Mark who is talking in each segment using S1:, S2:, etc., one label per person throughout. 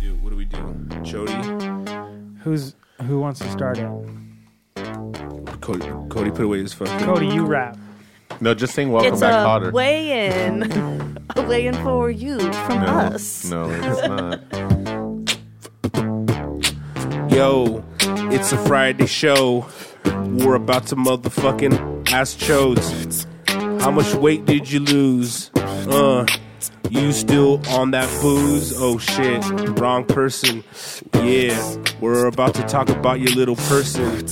S1: do Jody.
S2: Who's who wants to start it?
S1: Cody, Cody put away his fucking.
S2: Cody, you rap.
S3: No, just sing Welcome
S4: it's uh,
S3: Back
S4: a
S3: Hotter.
S4: weigh in, a weigh in for you from
S3: no,
S4: us.
S3: no, it's not.
S1: Yo, it's a Friday show. We're about to motherfucking ask chodes. How much weight did you lose? Uh, you still on that booze? Oh shit, wrong person. Yeah, we're about to talk about your little person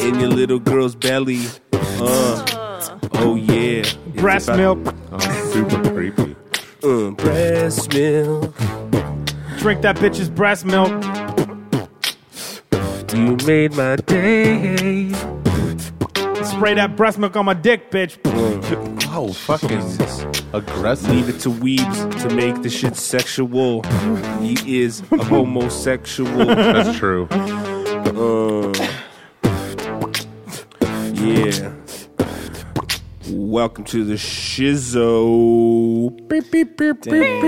S1: in your little girl's belly. Uh, oh yeah, It's
S2: Breast
S1: about-
S2: milk.
S3: Oh, super creepy.
S1: Uh, breast milk.
S2: Drink that bitch's breast milk.
S1: You made my day.
S2: Spray that breast milk on my dick, bitch.
S3: Oh, fucking
S1: Leave
S3: aggressive.
S1: it to weebs to make the shit sexual. He is a homosexual.
S3: That's true.
S1: Uh, yeah. Welcome to the shizzo. Beep, beep, beep, beep,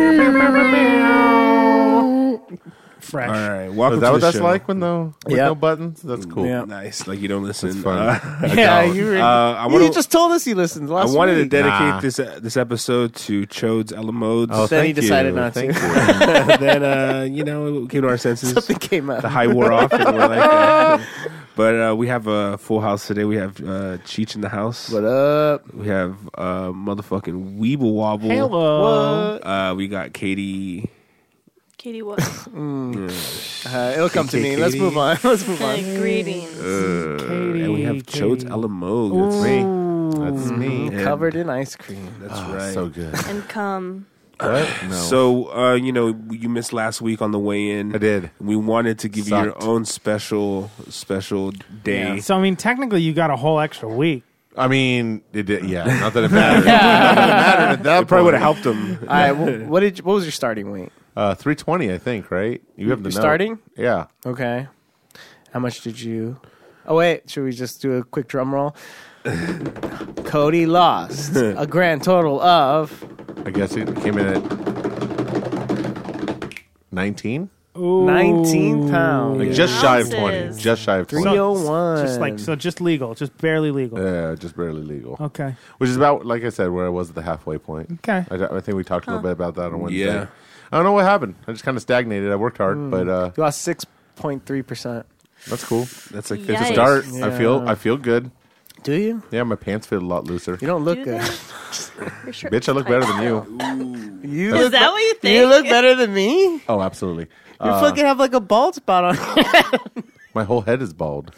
S2: Fresh.
S1: All right, welcome
S3: Is that
S1: to the
S3: what that's
S1: show.
S3: like with no with
S5: Yeah.
S3: no buttons? That's cool.
S5: Yeah.
S1: Nice, like you don't listen.
S3: It's fun.
S1: Uh,
S5: Yeah,
S3: don't.
S5: you, were,
S1: uh, I
S5: you
S1: want to.
S5: just told us he listened
S1: I
S5: last
S1: wanted to
S5: week.
S1: dedicate
S3: Nah.
S1: this this episode to Chode's Elamodes.
S3: Oh,
S5: Then he
S3: thank
S5: decided
S3: you.
S5: not to.
S3: Thank you.
S1: then uh, you know came to our senses.
S5: Something came up.
S1: the high wore off, and we're like. Uh, but uh, we have a full house today. We have uh, Cheech in the house.
S5: What up?
S1: We have uh, motherfucking Weeble Wobble.
S3: Oh,
S2: Hello.
S1: Uh, we got Katie.
S4: Katie, what?
S5: Uh, it'll come to me. Let's move on. Let's move on.
S4: Hey, greetings.
S1: uh, and we have
S2: Katie.
S1: Chodes Alamo. That's
S3: Me. That's me.
S1: And-
S5: Covered in ice cream.
S1: That's
S3: Oh,
S1: right.
S3: Mm-hmm. So good.
S4: and come.
S3: What? No.
S1: So, uh, you know, you missed last week on the way in.
S3: I did.
S1: We wanted to give you your
S3: Sucked.
S1: own special, special day.
S2: So I mean, technically, you got a whole extra week.
S3: I mean, it did, yeah. Not that it mattered. Not that it mattered at that
S1: Probably would
S3: point.
S1: have helped them.
S5: All right. wh- what did? You, what was your starting weight?
S3: Uh, 320, I think, right? You have the
S5: You're
S3: note.
S5: starting?
S3: Yeah.
S5: Okay. How much did you? Oh wait, should we just do a quick drum roll? Cody lost a grand total of
S3: I guess it came in at 19?
S2: Ooh.
S5: 19 pounds.
S3: Like just shy of 20.
S4: Ounces.
S3: Just shy of 20.
S2: So-
S5: 301.
S2: Just like so, just legal, just barely legal.
S3: yeah, just barely legal.
S2: Okay.
S3: Which is about, like I said, where I was at the halfway point.
S2: Okay.
S3: I, I think we talked a little bit about that on Wednesday.
S1: Yeah.
S3: I don't know what happened. I just kind of stagnated. I worked hard,
S5: Hmm.
S3: but uh,
S5: you lost 6.3 percent.
S3: that's cool.
S1: That's like
S4: Yikes.
S3: It's a start. I
S5: Yeah.
S3: feel I feel good.
S5: Do you?
S3: Yeah, my pants fit a lot looser.
S5: You don't look
S4: Do
S5: good.
S4: they? Your shirt
S3: Bitch, I look better than you.
S5: You
S4: Is
S5: look
S4: that what you
S5: be-
S4: think?
S5: You look better than me. You
S3: Oh, absolutely.
S5: fucking have like a bald spot on.
S3: My whole head is bald.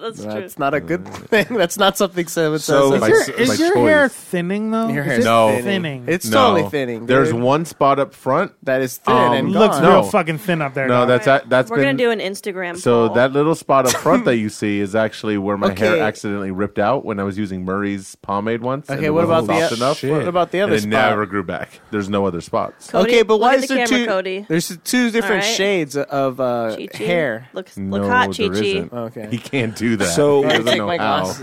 S4: That's true.
S5: That's not a good thing. That's not something so it's
S3: So
S5: so
S2: Is
S3: by By
S2: your,
S3: s-
S2: is
S3: by
S2: your
S3: choice.
S2: hair thinning though?
S5: Your
S2: Is
S5: hair's
S2: it
S3: No.
S2: thinning.
S5: It's
S3: No.
S5: totally thinning.
S3: There's
S5: dude.
S3: one spot up front.
S5: that is thin
S3: Um,
S5: and
S2: looks
S5: gone.
S3: no.
S2: real fucking thin up there.
S3: No,
S2: dog.
S3: that's that, that's
S4: We're
S3: been
S4: gonna do an Instagram.
S3: so
S4: poll.
S3: that little spot up front that you see is actually where my hair
S5: Okay.
S3: accidentally ripped out when I was using Murray's pomade once. and
S5: Okay,
S3: it
S5: what
S3: wasn't
S5: about the
S3: soft
S5: o-
S3: enough?
S5: what about the
S3: And
S5: other
S3: it
S5: spot?
S3: never grew back. There's no other spots.
S4: Cody,
S5: okay, but
S4: look
S5: why
S4: at
S5: is
S4: the
S5: there
S4: camera,
S5: two?
S4: Cody?
S5: There's two different
S4: All right.
S5: shades of uh,
S4: Chi-Chi?
S5: hair.
S4: Look,
S3: No,
S4: look hot, Chi
S3: there
S4: Chi.
S3: isn't.
S5: Okay.
S3: He can't do that.
S1: So-
S3: he
S1: I
S3: doesn't
S5: take
S3: know
S5: my
S3: how.
S5: glasses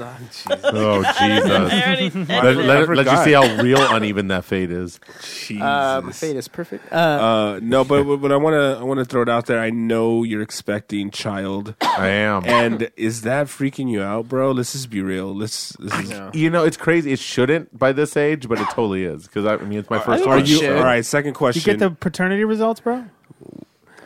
S5: off.
S3: Oh
S4: I
S3: Jesus!
S4: already
S3: let let,
S1: I
S3: let you
S1: forgot.
S3: see how real uneven that fade is. Um,
S1: Jesus.
S5: Uh, my fade is perfect. Uh,
S1: Uh, no, but but I want to I want to throw it out there. I know you're expecting child,
S3: I am.
S1: and is that freaking you out, bro? Let's just be real. Let's. This is,
S3: you know, it's crazy. It shouldn't by this age, but it totally is. Because I, I mean, it's my first.
S1: Are
S3: one,
S1: you
S3: so
S1: all right? Second
S2: You
S1: question.
S2: get the paternity results, bro.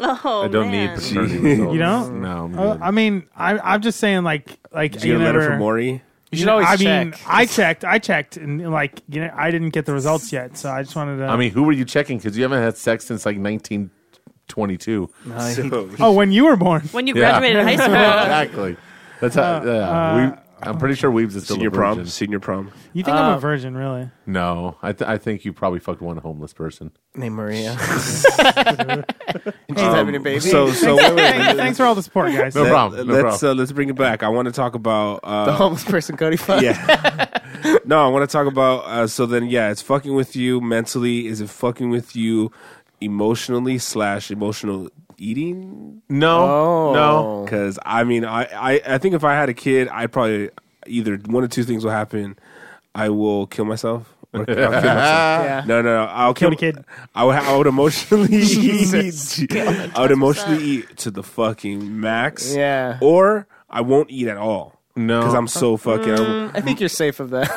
S4: Oh,
S3: I don't
S4: man.
S3: need paternity results.
S2: You don't?
S3: No, Oh, I'm
S2: Uh,
S3: good.
S2: I mean, I, I'm just saying, like, like
S1: Did you get a
S2: never.
S1: letter from Maury?
S5: you should always
S2: I
S5: check.
S2: mean, I checked, I checked, and like, you know, I didn't get the results yet, so I just wanted to.
S3: I mean, who were you checking? Because you haven't had sex since like 1922.
S2: oh, when you were born,
S4: When you
S3: Yeah.
S4: graduated
S3: Uh,
S4: high school,
S3: exactly. That's how. yeah. we, I'm pretty sure Weebs uh, is still
S1: Senior
S3: a virgin.
S1: prom. Senior prom.
S2: you think
S3: Uh,
S2: I'm a virgin, really?
S3: No, I, th- I think you probably fucked one homeless person.
S5: Named Maria. She's having a baby.
S1: So so wait, wait,
S2: Hey, thanks for all the support, guys.
S3: No
S1: let-
S3: problem, no
S1: let's uh, let's bring it back. I want to talk about
S5: the
S1: uh,
S5: homeless person Cody fucked.
S1: yeah. no, I want to talk about uh, so then yeah, it's fucking with you mentally. Is it fucking with you emotionally slash emotional eating?
S3: No,
S5: Oh.
S3: no.
S1: Because I mean, I, I I think if I had a kid, I probably either one of two things will happen. I will kill myself Or I'll kill myself.
S5: Yeah.
S1: No, no, no. I'll
S2: Kill
S1: kill
S2: the kid.
S1: I would, I would emotionally eat. I would emotionally eat to the fucking max.
S5: Yeah.
S1: Or I won't eat at all.
S3: No. Mm.
S1: Because I'm so fucking.
S5: I think you're safe of that.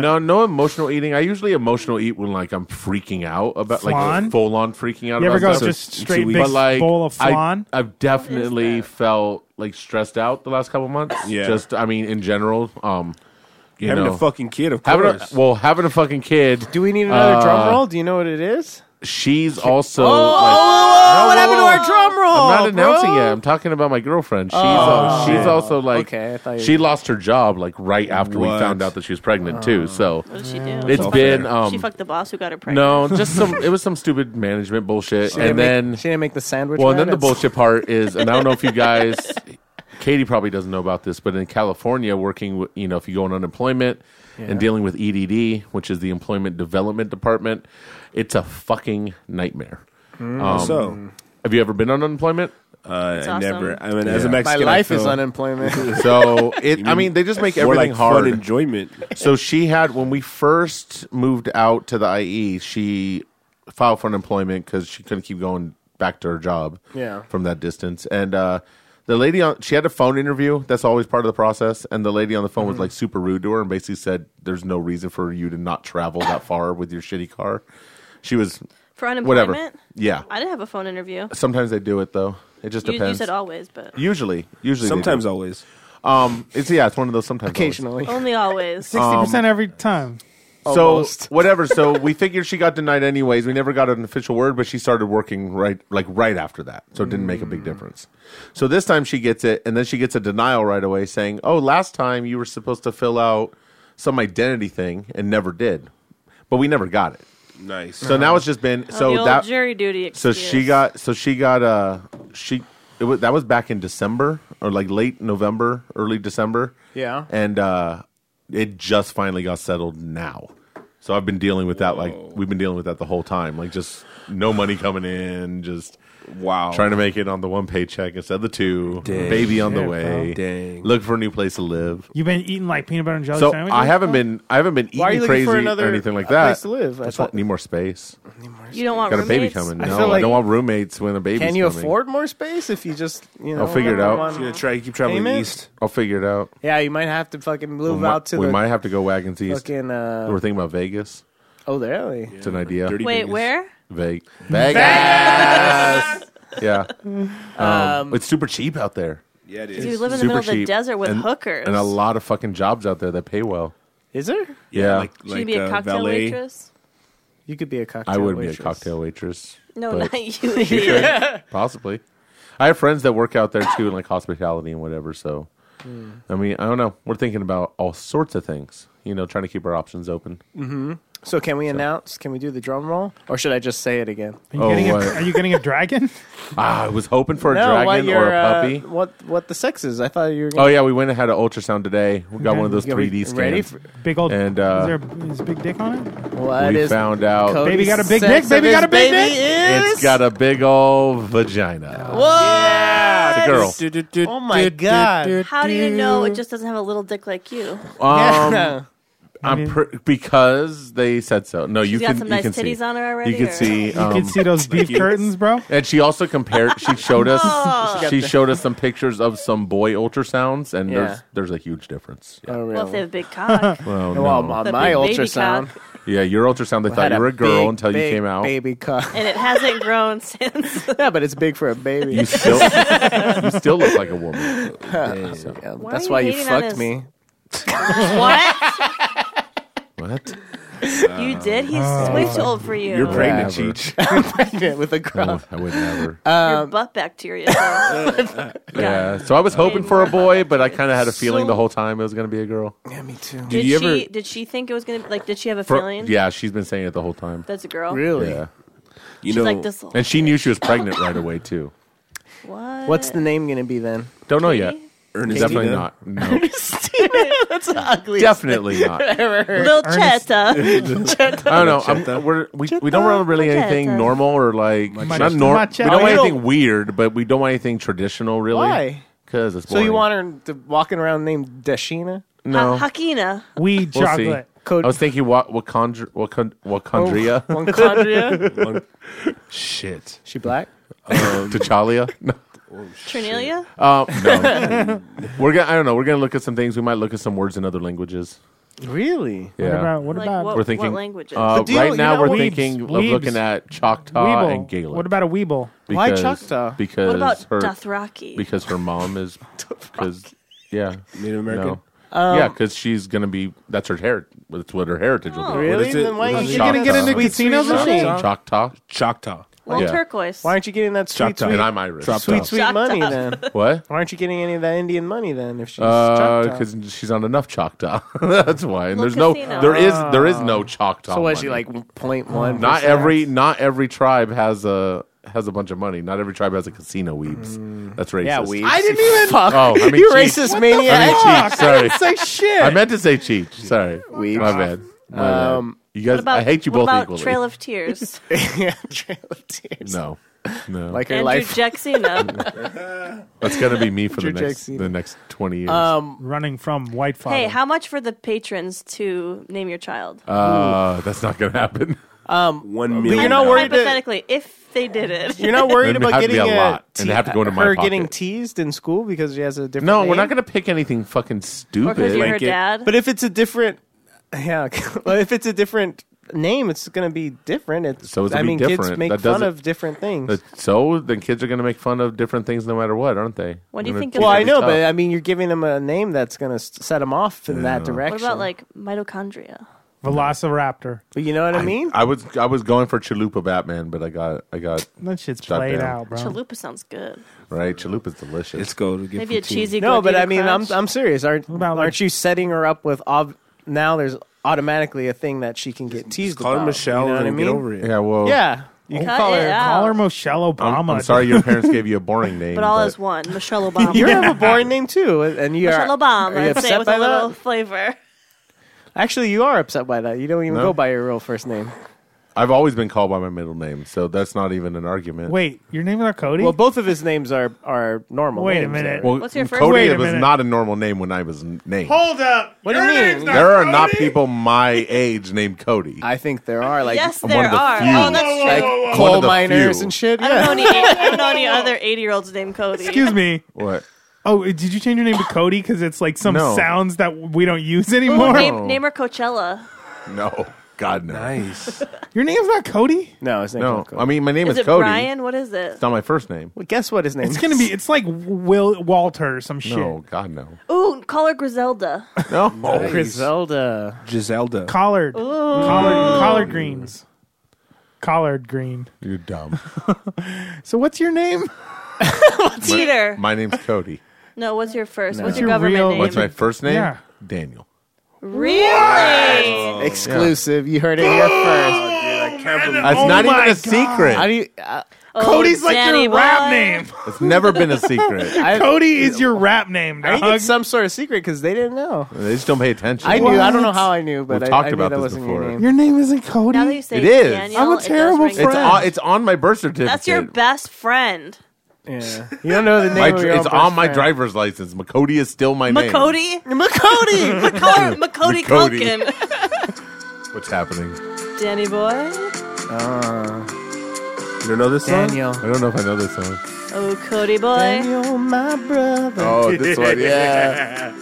S3: No, no emotional eating. I usually emotional eat when like I'm freaking out about
S2: Flan?
S3: like full on freaking out.
S2: You ever
S3: about
S2: go
S3: stuff.
S2: just
S1: So
S2: straight
S1: we-
S2: big
S3: but like
S2: bowl of flan?
S3: I, have definitely felt like stressed out the last couple months.
S1: Yeah.
S3: Just I mean in general. Um, you
S1: having
S3: know,
S1: a fucking kid, of
S3: having
S1: course.
S3: a, well having a fucking kid.
S5: Do we need another drum
S3: Uh,
S5: roll? Do you know what it is?
S3: She's also.
S5: Oh,
S3: like- No,
S5: what
S3: whoa,
S5: happened to
S3: whoa.
S5: our drum roll?
S3: I'm not announcing
S5: Oh, bro? Oh,
S3: yet. I'm talking about my girlfriend. She's uh, she's also like
S5: Okay, I thought you-
S3: she lost her job like right after we
S1: What?
S3: found out that she was pregnant too.
S5: Oh.
S3: So
S4: What did she do?
S3: It's
S4: She fucked
S3: been,
S4: the-
S3: um,
S4: she fucked the boss who got her pregnant.
S3: no, just some it was some stupid management bullshit,
S5: She didn't
S3: and
S5: make-
S3: then
S5: she didn't make the sandwich.
S3: well, and
S5: man?
S3: then the
S5: It's-
S3: bullshit part is, and I don't know if you guys, Katie probably doesn't know about this, but in California, working with, you know, if you go on unemployment and dealing with EDD, which is the Employment Development Department, it's a fucking nightmare. Um,
S1: Mm. so,
S3: have you ever been on unemployment?
S1: uh, I
S4: awesome.
S1: never. I mean, as a
S3: Yeah.
S5: My
S1: Mexican, I
S5: life is
S1: feel
S5: unemployment.
S3: So it, I mean, they just make
S1: more
S3: everything
S1: like
S3: hard.
S1: fun enjoyment.
S3: so she had when we first moved out to the IE, she filed for unemployment because she couldn't keep going back to her job.
S5: Yeah.
S3: from that distance, and uh, the lady on she had a phone interview. That's always part of the process, and the lady on the phone
S5: Mm-hmm.
S3: was like super rude to her and basically said, "There's no reason for you to not travel that far with your shitty car." She was
S4: For unemployment?
S3: whatever. Yeah,
S4: I didn't have a phone interview.
S3: sometimes they do it though. It just
S4: You, you
S3: depends.
S4: said always, but
S3: usually, usually they do.
S1: Sometimes, always.
S3: Um, it's yeah, it's one of those sometimes. always.
S5: Occasionally.
S4: only always.
S2: Sixty percent
S3: Um,
S2: every time.
S3: So
S5: Almost.
S3: whatever. So we figured she got denied anyways. We never got an official word, but she started working right like right after that. So it didn't make a big difference. So this time she gets it, and then she gets a denial right away saying, Oh, last time you were supposed to fill out some identity thing and never did. But we never got it.
S1: Nice.
S3: So now it's just been
S4: Uh, the
S3: so
S4: old
S3: that
S4: jury duty.
S3: so
S4: Excuse.
S3: she got so she got uh she it was that was back in December or like late November, early December.
S5: Yeah.
S3: And uh it just finally got settled now. So I've been dealing with that like we've been dealing with that the whole time. Like just no money coming in, just
S1: wow.
S3: trying to make it on the one paycheck instead of the two.
S1: Dang.
S3: Baby on
S2: Yeah,
S3: the way.
S1: bro. Dang.
S3: Look for a new place to live.
S2: You've been eating like peanut butter and
S5: Oh,
S2: jelly
S3: So
S2: sandwiches.
S3: I haven't been I haven't been eating
S5: Why are you looking
S3: crazy
S5: for another
S3: or anything like
S5: a
S3: that.
S5: place to live? I
S3: I just
S5: thought-
S3: want, need more space.
S4: You don't want
S3: Got a
S4: roommates?
S3: baby coming. No,
S5: I
S3: I,
S5: feel like-
S3: don't want roommates when a baby's
S5: Can you
S3: coming.
S5: afford more space if you just you know?
S3: I'll figure it out.
S5: live on-
S1: She's gonna try to keep traveling
S5: Payment?
S1: east.
S3: I'll figure it out.
S5: Yeah, you might have to fucking move
S3: we
S5: out to
S3: might, we
S5: the
S3: might have to go Wagons East.
S5: fucking. Uh,
S3: We're thinking about Vegas.
S5: oh, really?
S3: It's an idea.
S1: Dirty
S4: Wait,
S1: babies.
S4: where?
S3: Ve- Vegas. yeah. Um, it's super cheap out there.
S1: Yeah, it
S4: Do you
S1: is.
S4: live in the
S3: Super
S4: middle of the
S3: cheap.
S4: desert with
S3: And-
S4: hookers?
S3: And a lot of fucking jobs out there that pay well.
S5: Is there?
S3: Yeah.
S1: like,
S4: Should
S1: like
S4: you be a
S1: uh,
S4: cocktail
S1: valet.
S4: waitress?
S5: You could be a cocktail.
S3: I would
S5: waitress.
S3: be a cocktail waitress.
S4: No,
S3: but
S4: not you. idiot.
S3: Possibly. I have friends that work out there too in like hospitality and whatever, so
S5: Hmm.
S3: I mean, I don't know. We're thinking about all sorts of things. You know, trying to keep our options open.
S5: So can we announce? Can we do the drum roll, or should I just say it again?
S2: Are you,
S3: Oh,
S2: getting a,
S3: what?
S2: are you getting a dragon?
S3: Ah, I was hoping for a
S5: what
S3: dragon
S5: your,
S3: or a
S5: uh,
S3: puppy.
S5: what what the sex is? I thought you were.
S3: Oh
S5: Gonna,
S3: yeah, we went and had an ultrasound today. We got
S2: Okay.
S3: one of those
S5: Yeah, we-
S3: 3D scans.
S5: ready
S2: Big old.
S3: And, uh,
S2: is there a, is a big dick on it?
S5: what
S3: Oh, we
S5: is
S3: found out
S5: Cody's
S2: Baby got a big
S5: sex
S2: dick,
S5: of
S2: baby
S5: his
S2: got a big
S5: baby
S2: dick.
S5: Is?
S3: it's got a big old vagina.
S5: What?
S3: It's a girl.
S5: Oh my god!
S4: How do you know it just doesn't have a little dick like you?
S3: Um,
S5: Yeah.
S3: I'm pr- because they said so. No, you
S4: She's got
S3: can
S4: some
S3: you
S4: nice
S3: can
S4: titties
S3: see.
S4: on her already,
S3: You can
S4: or-
S3: see.
S1: uh,
S3: Um,
S2: you can see those beef curtains, bro.
S3: and she also compared. She showed
S4: Oh.
S3: us. she showed us some pictures of some boy ultrasounds, and
S5: Yeah.
S3: there's there's a huge difference. Yeah.
S5: Oh, really?
S4: Well, if they have a big cock.
S3: Well,
S5: Well,
S3: no.
S5: on
S4: the
S5: my
S4: big baby
S5: ultrasound,
S4: cock,
S3: yeah, your ultrasound. They
S5: had
S3: thought you were a girl
S5: big,
S3: until you
S5: big
S3: came out.
S5: Baby cock.
S4: and it hasn't grown since.
S5: yeah, but it's big for a baby.
S3: You still, you still look like a woman. So,
S5: Yeah,
S4: Why
S5: that's
S4: are you
S5: why you
S4: hating on
S5: fucked
S4: us?
S5: me.
S4: what?
S3: what? Uh,
S4: You did? He's
S3: oh.
S4: way too old for you.
S1: You're pregnant,
S3: Whatever.
S1: Cheech.
S5: Pregnant with a
S3: I
S5: crop.
S3: would- I would never.
S4: Your butt bacteria. Yeah.
S3: Yeah. So I was hoping for a boy, but I kind of had a feeling the whole time it was going to be a girl.
S5: yeah, me too.
S4: Did
S1: you
S4: she?
S1: ever-
S4: Did she think it was gonna? be Like, did she have a
S3: For-
S4: feeling?
S3: yeah, she's been saying it the whole time.
S4: That's a girl.
S5: Really?
S3: Yeah.
S1: You
S4: She's
S1: know,
S4: like this.
S3: And she knew she was pregnant right away too.
S4: What?
S5: What's the name gonna be then?
S3: Don't know yet.
S1: Ernestina.
S3: Definitely not. No.
S5: that's ugly.
S3: Definitely not. I
S4: little Chetta?
S3: don't know. I'm, we're, we we don't want really anything
S4: Machetta.
S3: normal or like not
S2: Machetta.
S3: normal. We don't
S2: Machetta.
S3: want anything weird, but we don't want anything traditional really.
S5: Why?
S3: Because it's
S5: So
S3: boring.
S5: you want her to walking around named Dashina?
S3: no
S4: Ha- Hakina.
S2: Weed
S3: We'll see.
S2: chocolate.
S5: Code-
S3: I was thinking what Wakandra, Wakand, Wakandria,
S5: One Condria.
S1: One- Shit.
S5: she black?
S1: Um,
S3: T'Chalia. No,
S4: Trinalia?
S3: uh, no. we're gonna. I don't know. We're gonna look at some things. We might look at some words in other languages.
S5: Really?
S3: Yeah.
S2: What about what
S4: Like,
S2: about
S4: what,
S3: we're thinking
S4: what languages?
S3: Uh,
S5: deal-
S3: right
S5: you
S3: now,
S5: know,
S3: we're
S2: Weebs-
S3: thinking of
S2: Weebs.
S3: looking at Choctaw
S2: Weeble?
S3: Uh, and Gaelic.
S2: What about a Weeble?
S5: Why
S3: Because-
S5: Choctaw?
S3: Because
S4: what about
S3: her
S4: Dothraki?
S3: because her mom is because yeah
S1: Native American?
S3: No.
S5: Oh.
S3: yeah, because she's gonna be that's her heritage. That's what her heritage will
S4: Oh.
S3: be.
S4: Really?
S1: What is it?
S5: Then why
S1: What
S5: are
S1: is
S5: you
S1: it?
S5: getting
S3: Choctaw.
S5: into
S3: Uh, Sweet,
S5: casinos
S2: sweet
S5: and shit?
S2: Choctaw.
S3: Choctaw.
S1: Choctaw.
S4: well,
S3: yeah.
S4: turquoise.
S5: Why aren't you getting that sweet,
S1: Choctaw.
S5: sweet,
S3: And I'm Irish.
S1: Drop
S5: sweet,
S1: top.
S5: sweet
S4: Choctaw.
S5: money then?
S3: What?
S5: Why aren't you getting any of that Indian money then? If she's
S3: Uh,
S5: Choctaw?
S3: Because she's on enough Choctaw. that's why. And there's no,
S4: casino.
S3: there is, there is no Choctaw.
S5: Ah. so what is she
S3: money.
S5: like point one?
S3: Not every, not every tribe has a has a bunch of money. Not every tribe has a casino. Weebs. That's racist.
S5: Mm. Yeah, we.
S2: I didn't even-
S5: Fuck.
S3: Oh, I mean,
S5: you
S3: cheat.
S5: racist
S3: I
S5: maniac.
S3: mean, cheat. Sorry,
S5: Say shit.
S3: I meant to say cheat. Sorry,
S5: Weebs.
S3: My bad. My
S5: Um,
S3: bad. You guys,
S4: What about,
S3: I hate you
S4: what
S3: both
S4: about
S3: equally.
S4: Trail of Tears?
S5: yeah, Trail of Tears.
S3: no, no.
S5: Like her
S4: Andrew
S5: life.
S4: Jacksino.
S3: That's gonna be me for the
S5: Andrew
S3: next
S5: Jackson.
S3: the next twenty years.
S5: um,
S2: Running from White Father.
S4: hey, how much for the patrons to name your child?
S3: uh, that's not gonna happen.
S1: One million.
S5: you're not
S1: dollars.
S5: worried that-
S4: Hypothetically, if they did it.
S5: you're not worried
S3: It'd
S5: about
S3: have to be
S5: getting
S3: a lot,
S5: te-
S3: and it'd have to go into my
S5: her getting
S3: pocket.
S5: teased in school because she has a different.
S3: No, we're
S5: name?
S3: not gonna pick anything fucking
S4: because
S3: stupid.
S4: you're her
S3: Like,
S4: dad.
S5: But if it's a different, yeah, well, if it's a different name, it's going to be different. It's,
S3: So it's
S5: I
S3: gonna be
S5: mean, kids
S3: different.
S5: make
S3: That
S5: fun
S3: doesn't-
S5: of different things.
S3: that- Uh, so then kids are gonna make fun of different things no matter what, aren't they?
S4: What do you
S3: Gonna
S4: think
S3: teach
S4: of-
S5: well, I
S3: them
S5: know,
S3: tough.
S5: but I mean, you're giving them a name that's going to set them off in that direction.
S4: what about like mitochondria?
S2: Velociraptor.
S5: But you know what I, mean?
S3: I was I was going for Chalupa Batman, but I got I got
S2: That shit's
S3: Shut
S2: played
S3: down.
S2: out, bro.
S4: Chalupa sounds good.
S3: right. Chalupa's delicious.
S1: Let's go to get
S4: Maybe a
S1: fifteen.
S4: cheesy.
S5: no, but
S4: Gordita
S5: I mean, I'm
S4: crunch.
S5: I'm serious. Aren't
S2: about, like-
S5: aren't you setting her up with ob- now? There's automatically a thing that she can get teased
S1: Call
S5: about.
S1: her Michelle
S5: you know what
S1: and
S5: I mean?
S1: get over it.
S3: yeah, well,
S5: Yeah, you can
S4: Cut
S5: call
S4: it
S5: her.
S4: out.
S2: Call her Michelle Obama.
S3: I'm, I'm sorry your parents gave you a boring name,
S4: but all is one. Michelle Obama.
S5: You have a boring name too, and you
S4: Michelle
S5: are,
S4: Obama.
S5: are you
S4: I'd say
S5: upset
S4: it with
S5: by
S4: a little
S5: that?
S4: flavor.
S5: Actually, you are upset by that. You don't even
S3: No.
S5: go by your real first name.
S3: I've always been called by my middle name, so that's not even an argument.
S2: Wait, your name is Cody?
S5: Well, both of his names are are normal.
S2: Wait a
S5: names,
S2: minute.
S5: though.
S3: Well,
S4: What's your first
S3: Cody
S2: name? Wait a
S3: was
S2: minute.
S3: not a normal name when I was n- named.
S2: Hold up.
S5: What do you
S2: Your
S5: mean?
S2: name's not
S3: there are not
S2: Cody?
S3: people my age named Cody.
S5: I think there are like
S4: yes,
S3: I'm
S4: there
S3: one of the
S4: are.
S3: few.
S4: Oh, that's true.
S5: like
S3: whoa. One
S5: coal
S3: of the
S5: miners
S3: few.
S5: and shit.
S4: I don't know
S5: Yeah.
S4: any. I don't know any other eighty-year-olds named Cody.
S2: Excuse me.
S3: what?
S2: Oh, did you change your name to Cody? Because it's like some
S3: No.
S2: sounds that we don't use
S4: Ooh,
S2: anymore.
S4: name, name her Coachella.
S3: No, God no.
S1: Nice.
S2: Your name's not Cody.
S5: No, his name's
S3: No,
S5: not Cody.
S3: I mean my name
S4: Is
S3: is,
S4: it
S3: Cody.
S4: Brian? What is it?
S3: It's not my first name.
S5: well, guess what his name
S2: It's
S5: is?
S2: gonna be. It's like Will Walter or some shit.
S3: No, God no.
S4: Ooh, call her Griselda.
S3: No,
S5: Griselda.
S1: Giselda.
S2: Collard. Collard. Collard greens. Collard green.
S3: you're dumb.
S2: So what's your name?
S4: Peter.
S3: My name's Cody.
S4: No, what's your first? What's
S2: No.
S4: your
S2: What's your
S4: government
S2: real-
S4: name?
S3: What's my first name?
S2: Yeah.
S3: Daniel.
S4: really?
S5: Exclusive. You heard it here first.
S3: That's
S2: Oh
S3: not even a
S5: How
S3: secret.
S5: do you? Uh,
S4: Oh,
S2: Cody's like
S4: Danny
S2: your rap
S4: boy.
S2: name.
S3: It's never been a secret.
S5: I,
S2: Cody is your rap name.
S5: I
S2: Dog.
S5: think it's some sort of secret because they didn't know.
S3: They just don't pay attention.
S5: I knew. I don't know
S2: What?
S5: how I knew, but
S3: We've
S5: I,
S3: talked
S5: I knew
S3: about
S5: that
S3: this
S5: wasn't
S3: before.
S5: your name.
S2: your name isn't
S4: Now that you
S2: Cody.
S4: say
S3: It is.
S4: Daniel,
S2: I'm a
S4: it does
S2: terrible
S4: ring a
S3: It's
S4: bell.
S3: on, it's on my birth certificate.
S4: That's your best friend.
S5: Yeah. You don't know the name.
S3: My,
S5: of
S3: dr-
S5: your own
S3: it's
S5: best
S3: on my
S5: friend.
S3: driver's license. McCody is still my name.
S4: Makody? Makody! Macaulay- Makody
S3: Makody.
S4: Culkin.
S3: What's happening? You
S4: Danny boy.
S5: Uh,
S3: don't know this song?
S5: Daniel.
S3: I don't know if I know this song.
S4: Oh, Cody boy.
S5: Daniel, my brother.
S3: Oh, this one, yeah.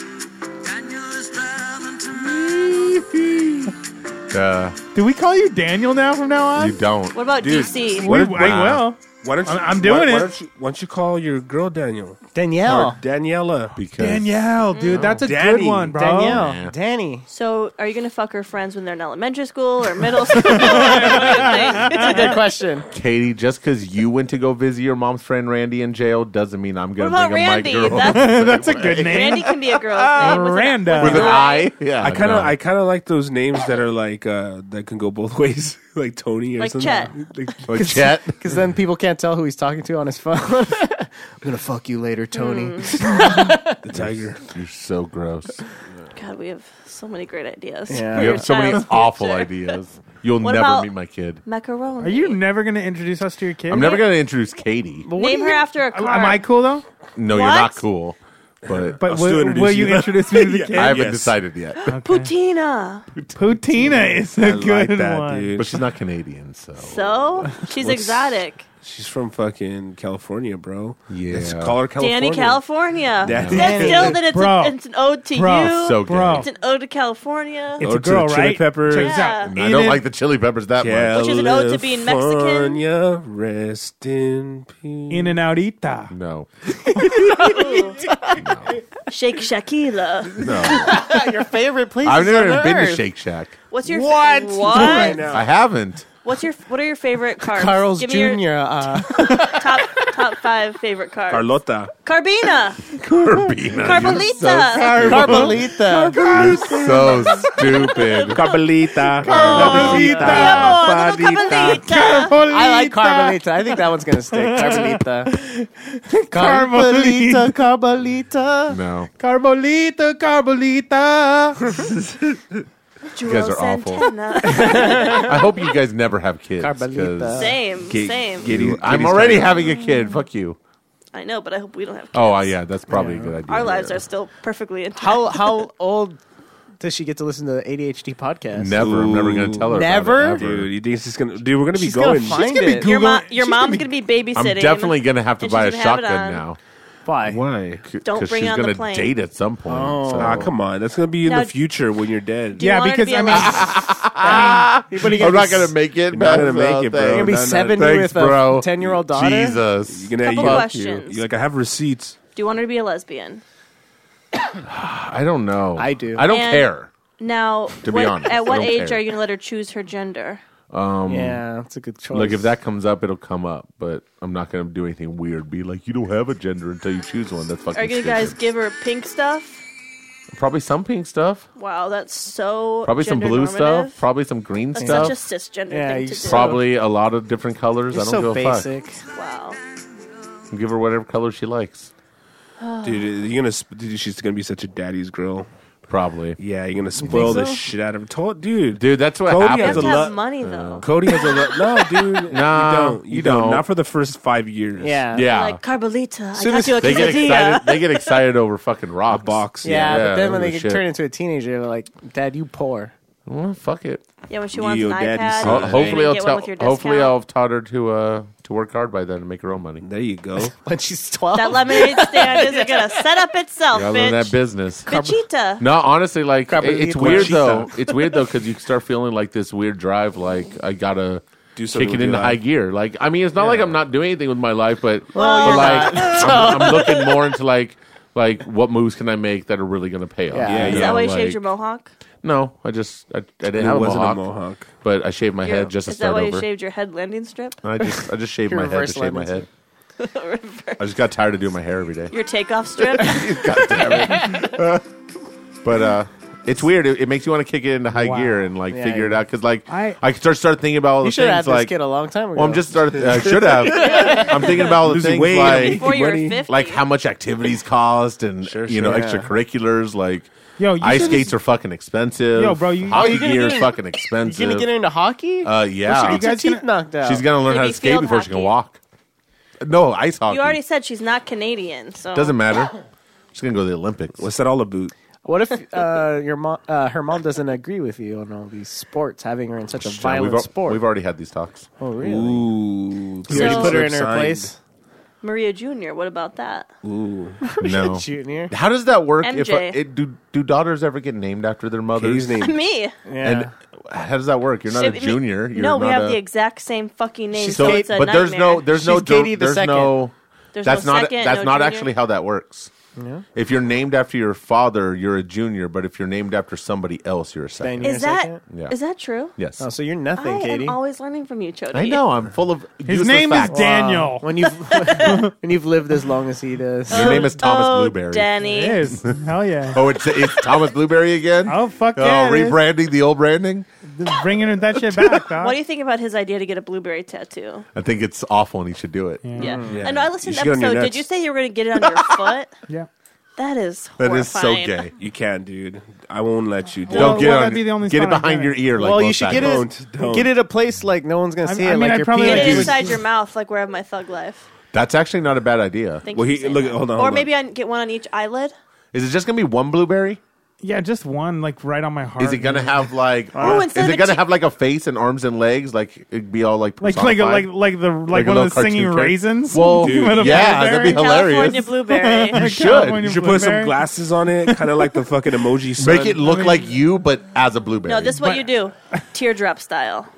S3: uh,
S2: Do we call you Daniel now from now on?
S3: you don't.
S4: What about
S1: Dude.
S4: DC?
S2: we,
S3: What-
S2: I will.
S1: Why don't you,
S2: I'm- I'm
S1: why,
S2: doing
S1: Why
S2: it.
S1: don't, you, why don't you call your girl Daniel
S3: Oh.
S5: Danielle.
S1: or Daniela?
S3: Because
S2: Danielle, dude, that's a
S1: Danny.
S2: good one, bro.
S5: Danielle.
S3: Yeah.
S5: Danny.
S4: So, are you going to fuck her friends when they're in elementary school or middle school?
S5: That's a good question.
S3: Katie, just because you went to go visit your mom's friend Randy in jail doesn't mean I'm
S4: what
S3: going to
S4: about
S3: bring up my
S4: Randy?
S3: girl
S4: That's,
S2: That's a good
S4: Randy
S2: name.
S4: can be a girl's name. Was it-
S2: Randa.
S4: was
S3: with
S4: it
S3: an I. Yeah,
S1: I kind
S3: no.
S1: of, I kind of like those names that are like uh, that can go both ways, like Tony or
S4: Like
S1: something.
S4: Chet.
S1: Like-
S3: Or Chet.
S5: Because then people can't tell who he's talking to on his phone. I'm gonna fuck you later, Tony.
S4: Hmm.
S1: the tiger.
S3: You're so gross.
S4: God, we have so many great ideas.
S5: Yeah.
S4: for
S3: You
S4: your
S3: have so many
S4: child's
S3: awful
S4: future.
S3: ideas. You'll
S4: What
S3: never
S4: about-
S3: meet my kid.
S4: Macaroni.
S2: Are you never going to introduce us to your kid?
S3: I'm never going to introduce Katie.
S5: But what
S4: Name
S5: do
S4: her
S5: you-
S4: after a
S2: Am
S4: car.
S2: I cool though?
S3: No, you're
S4: What?
S3: not cool. but,
S1: I'll
S2: But will,
S1: still introduce
S2: will you,
S1: you.
S2: introduce me to the kid?
S3: I haven't
S1: yes.
S3: decided yet.
S4: Putina.
S2: Putina is a
S1: I
S2: good
S1: like that,
S2: one.
S1: dude.
S3: But she's not Canadian, so
S4: So she's
S1: What's-
S4: exotic.
S1: She's from fucking California, bro.
S3: Yeah.
S1: Let's call her California.
S4: Danny California.
S1: That-
S4: That's still that it's,
S2: Bro.
S4: a, it's an ode to
S2: Bro.
S4: you.
S3: so
S2: Bro.
S3: gay.
S4: it's an ode to California.
S2: It's
S1: Or
S2: a
S1: to
S2: girl,
S1: Chili
S2: right?
S1: Peppers.
S2: Check this out.
S4: Yeah.
S3: I don't
S2: Eden-
S3: like the chili peppers that much.
S4: Which is an ode to being Mexican.
S1: California, Rest in peace.
S2: In and out Ita.
S3: No,
S4: Shake Shakila.
S3: no.
S5: Your favorite place.
S3: I've never even been to Shake Shack.
S4: What's your
S5: What?
S4: What?
S3: I haven't.
S4: What's your what are your favorite carbs?
S5: Carl's
S4: Give
S5: Jr.
S4: me your
S5: Uh,
S4: top top five favorite carbs.
S1: Carlota.
S4: Carbina. Carbolita.
S5: Carmelita.
S3: So stupid.
S1: Carbolita.
S4: Oh, little Carbolita.
S5: I like Carmelita. I think that one's gonna stick. Carmelita.
S2: Carmelita.
S5: Carmelita. Carmelita.
S3: No.
S2: Carbolita, Carbolita.
S4: You
S3: guys are awful.
S4: awful.
S3: I hope you guys never have kids. 'cause
S5: Carmelita.
S4: Same,
S1: Get-
S4: same.
S1: Giddy-
S3: I'm
S1: Giddy's
S3: already
S1: tired.
S3: having a kid. Fuck you.
S4: I know, but I hope we don't have kids.
S3: Oh, uh, yeah, that's probably a good idea.
S4: Our lives are still perfectly intact.
S5: How how old does she get to listen to the ADHD podcast?
S3: Never. I'm never going to tell her. about it,
S5: Never?
S3: ever.
S1: Dude, you think it's just gonna? Dude, we're gonna be
S5: She's
S1: going.
S5: gonna find
S2: gonna be
S5: it.
S2: Goog-
S4: your mom,
S2: Google-
S4: your
S2: she's
S4: mom's
S2: gonna
S4: gonna be babysitting.
S3: I'm definitely going to have to
S4: And
S3: buy a
S4: she's gonna have it
S3: shotgun
S4: on.
S3: now.
S5: Why?
S1: Why?
S4: Don't
S3: 'Cause
S4: bring
S3: she's
S4: it on the
S3: gonna
S4: plane.
S3: date at some point. so-
S1: Ah, come on. That's gonna be in
S4: Now-
S1: the future when you're dead.
S4: Do you
S2: Yeah,
S4: want her to
S2: because,
S4: be
S2: I mean,
S4: alive?
S3: I'm not going to make it.
S1: You're not gonna
S3: Max,
S1: make it,
S3: uh,
S1: bro.
S3: thanks.
S1: You're
S5: gonna be
S1: No, no,
S5: 70
S3: Thanks,
S5: with a
S3: bro.
S5: 10-year-old daughter?
S3: Jesus.
S1: You're gonna.
S4: Couple
S1: you-
S4: questions.
S1: You're like, I have receipts.
S4: Do you want her to be a lesbian?
S3: I don't know.
S5: I do.
S3: I don't
S4: And-
S3: care.
S4: Now,
S3: To be
S4: what-
S3: honest, I
S4: at what
S3: don't
S4: age
S3: care.
S4: are you going to let her choose her gender?
S5: Yeah, that's a good choice.
S3: Look, if that comes up, it'll come up, but I'm not going to do anything weird. Be like, you don't have a gender until you choose one. That's fucking
S4: Are you gonna
S3: stupid.
S4: guys give her pink stuff?
S3: Probably some pink stuff.
S4: Wow, that's so
S3: Probably some
S4: gender
S3: blue
S4: normative.
S3: stuff. Probably some green
S4: That's
S3: stuff.
S4: such a cisgender
S5: Yeah,
S4: thing
S5: you
S4: to do.
S3: Probably a lot of different colors.
S5: You're
S3: I don't
S5: so
S3: give a
S5: basic.
S4: Wow.
S3: fuck. Give her whatever color she likes.
S4: Oh.
S1: Dude, you're gonna. sp- Dude, she's gonna be such a daddy's girl.
S3: Probably.
S1: Yeah, you're gonna spoil the
S5: so?
S1: shit out of her. Told- Dude,
S3: Dude, that's what
S1: Cody
S4: You
S1: has
S4: have
S1: There's
S4: to
S1: a
S3: happened.
S4: have
S1: lot-
S4: money though.
S1: Cody has a lo- no, dude.
S3: Nah,
S1: you don't. You,
S3: you
S1: don't.
S3: don't.
S1: Not for the first five years.
S5: Yeah.
S3: Yeah.
S4: Like Carbolita,
S5: Soon
S4: I got
S5: as-
S4: you a
S3: they get
S4: quesadilla.
S3: excited. They get excited over fucking rocks.
S1: Box.
S5: Yeah, but then when
S3: holy
S5: they get
S3: shit.
S5: turned into a teenager, they're like, "Dad, you poor."
S3: Well, fuck it.
S4: Yeah, when she wants
S1: Yo,
S4: an
S1: daddy
S4: iPad,
S1: said-
S4: you're
S3: Ho-
S4: gonna
S3: hopefully, I'll
S4: get
S3: tell.
S4: one with your
S3: Hopefully,
S4: discount.
S3: I'll have taught her to uh to work hard by then and make her own money.
S1: There you go.
S5: When she's twelve,
S4: That lemonade stand isn't gonna set up itself,
S3: Y'all in that
S4: Oh, bitch.
S3: business.
S4: Bitchita.
S3: No, honestly, like it,
S5: Crap,
S3: it's
S5: Crap,
S3: weird
S5: Crap.
S3: though. It's weird though because you start feeling like this weird drive. Like I gotta
S1: Do something
S3: kick it
S1: with your
S3: into high
S1: life.
S3: gear. Like I mean, it's not like I'm not doing anything with my life, but,
S5: Well,
S3: but
S5: you're
S3: like I'm, I'm looking more into like like what moves can I make that are really gonna pay off.
S5: Yeah. Yeah,
S4: Is
S1: yeah.
S4: that why you
S3: like-
S4: shaved your mohawk?
S3: No, I just I, I didn't
S1: It
S3: have a
S1: wasn't
S3: mohawk,
S1: a mohawk.
S3: but I shaved my
S4: Your-
S3: head just to
S4: Is that
S3: start
S4: why
S3: over.
S4: you shaved your head landing strip?
S3: And I just I just shaved
S5: Your
S3: my head to
S5: reverse
S3: shave my
S5: lemons.
S3: head. I just got tired of doing my hair every day.
S4: Your takeoff strip?
S3: God damn it. but uh, it's weird. It, it makes you want to kick it into high
S2: Wow.
S3: gear and like
S5: Yeah,
S3: figure it
S5: yeah.
S3: out because like I,
S2: I-
S3: start start thinking about all the
S5: you should have had
S3: things
S5: this
S3: like.
S5: kid a long time ago.
S3: Well, I'm just started. I should have. I'm thinking about all the
S1: Losing
S3: things
S1: weight,
S3: like
S4: Before you were
S1: Money.
S4: 50.
S3: like how much activities cost and
S1: Sure,
S3: you know
S1: sure.
S3: extracurriculars like.
S2: Yo, you
S3: ice
S2: should've-
S3: skates are fucking expensive.
S2: Yo, bro, you-
S5: Are
S3: hockey
S5: you gonna
S3: gear
S5: get
S3: is
S5: in-
S3: fucking
S5: you
S3: expensive.
S5: gonna get into hockey?
S3: uh, yeah,
S5: she
S2: You
S5: gets
S2: guys
S5: her teeth
S2: gonna-
S5: knocked out.
S3: she's gonna learn how
S4: Maybe
S3: to skate
S4: Oh. field
S3: before she can
S4: hockey.
S3: walk. No ice hockey.
S4: You already said she's not Canadian, so
S3: doesn't matter. She's gonna go to the Olympics.
S1: What's that all about?
S5: What if uh, your mom, uh, her mom doesn't agree with you on all these sports, having her in such a
S3: Yeah,
S5: violent
S3: we've, al-
S5: sport?
S3: we've already had these talks.
S5: oh, really?
S1: Ooh,
S5: You already
S4: So-
S5: put her in her
S1: Signed.
S5: place,
S4: Maria Junior. What about that?
S1: Ooh,
S3: No.
S5: junior.
S3: How does that work? If
S4: MJ.
S3: uh, it, do do daughters ever get named after their mothers?
S1: Katie's name.
S4: Me.
S5: Yeah.
S3: And how does that work? You're not
S4: Should-
S3: a junior. You're
S4: no, we
S3: not
S4: have
S3: a-
S4: the exact same fucking name,
S5: She's
S4: so
S5: Kate-
S4: it's a
S3: but there's no
S4: nightmare.
S3: there's no
S5: She's Katie the
S3: there's
S5: second.
S3: no
S4: There's
S3: that's
S4: no
S3: not
S4: second,
S3: that's
S4: no
S3: not
S4: junior.
S3: actually how that works. If you're named after your father, you're a junior. But if you're named after somebody else, you're a second.
S5: Then
S4: Is
S5: Is
S4: that
S5: that-
S3: Yeah.
S4: is that true?
S3: yes,
S5: oh, so you're nothing,
S4: I
S5: Katie.
S4: am always learning from you, Chody.
S3: I know. I'm full of
S2: His
S3: useless
S2: name is
S3: facts.
S2: Daniel.
S5: When you've when you've lived as long as he does,
S3: Your name is Thomas
S4: oh,
S3: Blueberry.
S4: Danny.
S2: It is. Hell yeah.
S3: Oh, it's it's Thomas Blueberry again.
S2: Oh, fuck
S3: Oh,
S2: yeah. it is.
S3: rebranding the old branding.
S2: Bringing that shit back, dog.
S4: What do you think about his idea to get a blueberry tattoo?
S3: I think it's awful, and he should do it.
S4: Yeah.
S1: Yeah.
S4: And I listened
S1: You should
S4: to
S1: get on
S4: the
S1: your
S4: episode. Did
S1: nuts.
S4: you say you were going to get it on your foot?
S2: yeah.
S4: That is
S3: That
S4: horrifying.
S3: is so gay.
S1: You can't, dude. I won't let you.
S2: Well,
S3: Don't
S1: Don't
S3: get
S2: why
S3: on,
S2: that'd be the only
S3: get it
S2: spot I've
S3: behind
S2: done
S3: your
S2: it?
S3: ear. Like
S5: well, you
S3: both
S5: should
S3: sides.
S5: get
S1: Don't,
S5: it
S1: don't.
S5: get it a place like no one's gonna
S2: I-
S5: see
S2: I
S5: it,
S2: mean,
S5: like
S2: I
S5: your
S2: probably
S5: penis.
S4: Get
S2: like
S4: it
S2: Dude.
S4: inside your mouth, like where I have my thug life.
S3: Oh, That's actually not a bad idea.
S4: Thank
S1: Well,
S4: you
S1: he-
S4: for saying
S1: look,
S4: that.
S1: hold on,
S4: Or
S1: hold on.
S4: maybe I can get one on each eyelid.
S3: Is it just gonna be one blueberry?
S2: Yeah, just one like right on my heart.
S3: Is it gonna have like?
S4: Oh,
S3: is
S4: instead of
S3: it
S4: a
S3: gonna
S4: chi-
S3: have like a face and arms and legs? Like it'd be all like
S2: like like
S3: personified?
S2: like like the like, one
S3: Like a little
S2: of the singing
S3: cartoon character?
S2: raisins?
S3: Whoa,
S2: With a
S3: dude, yeah, that'd be
S2: blueberry?
S4: California
S3: hilarious.
S4: blueberry.
S3: should.
S2: California
S1: You should put some
S2: blueberry?
S1: glasses on it, kind of like the fucking emoji. Sun.
S3: Make it look like you, but as a blueberry.
S4: no, this is what
S2: But-
S4: you do. Teardrop style.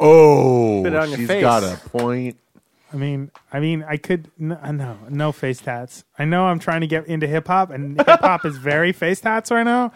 S3: Oh,
S5: Put it on your
S3: she's
S5: face.
S3: got a point.
S2: I mean, I mean, I could no, no, no face tats. I know I'm trying to get into hip hop, and hip hop is very face tats right now.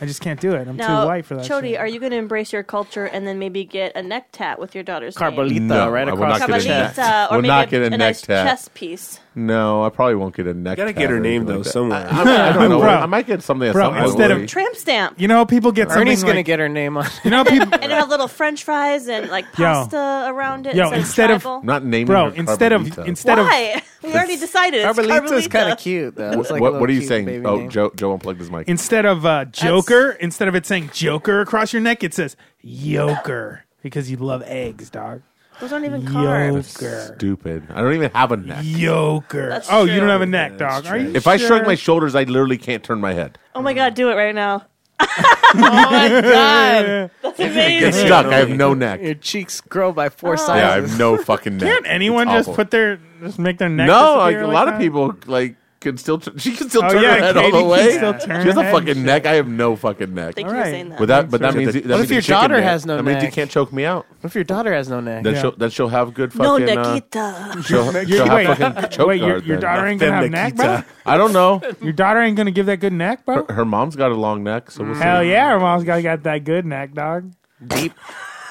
S2: I just can't do it. I'm
S4: Now,
S2: too white for that.
S4: Chody,
S2: shit.
S4: are you going to embrace your culture and then maybe get a neck tat with your daughter's name?
S5: Carbolita right
S3: I will
S5: across
S3: not
S5: the
S3: get a neck.
S5: chest.
S4: Carbolita, or
S3: We'll
S4: maybe
S3: not
S4: a,
S3: get a neck
S4: nice
S3: tat.
S4: chest piece.
S3: No, I probably won't get a neck.
S1: Gotta
S3: tat
S1: get her
S3: or
S1: name,
S3: anything
S1: though,
S3: that.
S1: somewhere.
S3: I, I- I don't know.
S2: Bro.
S3: I might get something. at
S2: Bro,
S3: some point,
S2: instead of
S3: Lori.
S4: Tramp stamp.
S2: You know, people get something
S5: Ernie's gonna
S2: like-
S5: get her name on.
S2: You know, people.
S4: And it'll have little french fries and like
S2: Yo.
S4: pasta around it.
S2: Yo,
S4: instead
S2: instead
S4: of
S2: of-
S4: tribal.
S3: I'm not naming
S2: Bro,
S3: her
S2: instead of
S3: Carmelita.
S2: instead of
S4: Why? we already decided. It's
S5: Carbolita's kind of
S4: Carbolita.
S5: cute though. It's
S3: What,
S5: like
S3: what,
S5: a little
S3: what are you
S5: cute
S3: saying?
S5: baby
S3: Oh,
S5: name.
S3: Joe, Joe unplugged his mic.
S2: instead of uh, Joker, instead of it saying Joker across your neck, it says Yoker because you love eggs, dog.
S4: Those aren't even carbs.
S2: Yoker.
S3: Stupid. I don't even have a neck.
S2: Yoker.
S4: That's
S2: oh, you
S4: true.
S2: don't have a neck, dog. Are you
S3: If I shrug
S2: sure?
S3: my shoulders, I literally can't turn my head.
S4: Oh my god, do it right now. oh my god, that's amazing.
S3: It's stuck. I have no neck.
S5: Your cheeks grow by four
S2: Oh.
S5: sizes.
S3: Yeah, I have no fucking neck.
S2: Can't anyone
S3: It's
S2: just
S3: awful.
S2: put their just make their neck?
S3: No, like,
S2: disappear
S3: a
S2: like
S3: lot
S2: that?
S3: of people like can still. T- she can still
S2: Oh,
S3: turn
S2: yeah,
S3: her head
S2: Katie
S3: all the
S2: can
S3: way.
S2: still
S3: she
S2: turn
S3: has
S2: her
S3: a
S2: head
S3: fucking
S2: and
S3: neck. I have no fucking neck.
S4: Thank
S2: All
S4: you for
S2: right.
S4: saying that.
S3: But that, but that
S2: Thanks for
S3: means that
S2: the-
S5: What
S3: means
S5: if your
S3: you chicken
S5: daughter
S3: neck.
S5: has no
S3: That means you
S5: neck?
S3: can't choke me out.
S5: What if your daughter has no neck?
S3: Then
S2: Yeah.
S3: she'll then she'll have good
S4: no,
S3: fucking. uh,
S4: Nikita.
S3: she'll, she'll
S2: You're-
S3: have
S2: wait,
S3: fucking choke
S2: wait, your,
S3: guard
S2: your
S3: then.
S2: daughter ain't gonna have a
S1: Femme
S2: neck, bro.
S3: I don't know.
S2: Your daughter ain't gonna give that good neck, bro.
S3: Her, her mom's got a long neck, so we'll see.
S2: Hell yeah, her mom's got got that good neck, dog.
S5: Deep,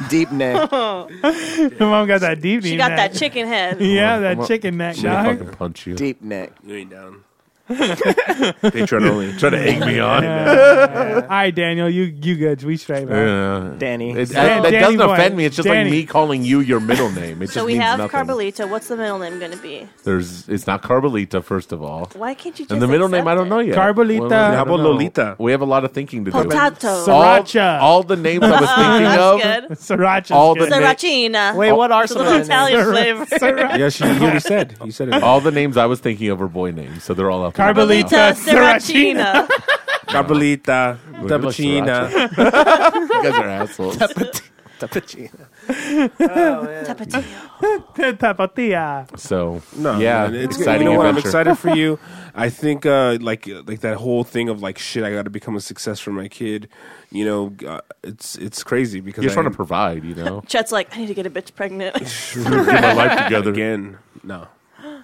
S5: deep neck.
S2: Her mom got that deep.
S4: She got that chicken head.
S2: Yeah,
S3: I'm a-
S2: that chicken neck,
S3: She's gonna
S2: dog.
S3: fucking punch you.
S5: Deep neck.
S1: You ain't down. they try to only try to egg me on.
S2: All right, Daniel, you you good? We straight, bro.
S3: Yeah.
S5: Danny.
S3: It,
S2: Dan-
S3: that
S2: Danny
S3: doesn't
S2: boy.
S3: offend me. It's just
S2: Danny.
S3: like me calling you your middle name. It just
S4: So we
S3: means
S4: have
S3: nothing.
S4: Carbolita. What's the middle name going to be?
S3: There's, it's not Carbolita, first of all.
S4: Why can't you just
S3: And the middle name,
S4: accept
S3: I don't know
S4: it?
S3: yet.
S2: Carbolita.
S3: I
S1: How
S3: don't
S1: about
S3: know.
S1: Lolita?
S3: We have a lot of thinking to do.
S4: Potato.
S2: Sir-
S3: All,
S2: Sriracha.
S3: all the names I was thinking
S4: That's
S3: of.
S4: good.
S2: Sriracha's
S3: All
S2: good.
S3: the-
S4: Sriracha.
S5: Wait, what are
S4: So
S5: some
S4: the
S5: of the names?
S4: Italian flavor.
S2: Sriracha.
S1: Yeah, she you already said. You said it.
S3: All the names I was thinking of are boy names, so they're all up. in my mouth.
S2: Carbolita,
S4: Carbolita, Sriracha.
S1: Carbolita,
S3: Look like
S1: Tappuccina.
S3: You guys are assholes.
S5: Tapachina.
S4: Tapatio.
S2: Tapatía.
S3: So
S1: No,
S3: yeah,
S1: man, it's You
S3: exciting
S1: know what? I'm
S3: adventure.
S1: excited for you. I think uh, like like that whole thing of like shit. I got to become a success for my kid. You know, uh, it's it's crazy because
S3: You're trying
S1: I-
S3: to provide, you know.
S4: Chet's like, I need to get a bitch pregnant.
S3: Get my life together.
S1: again. No,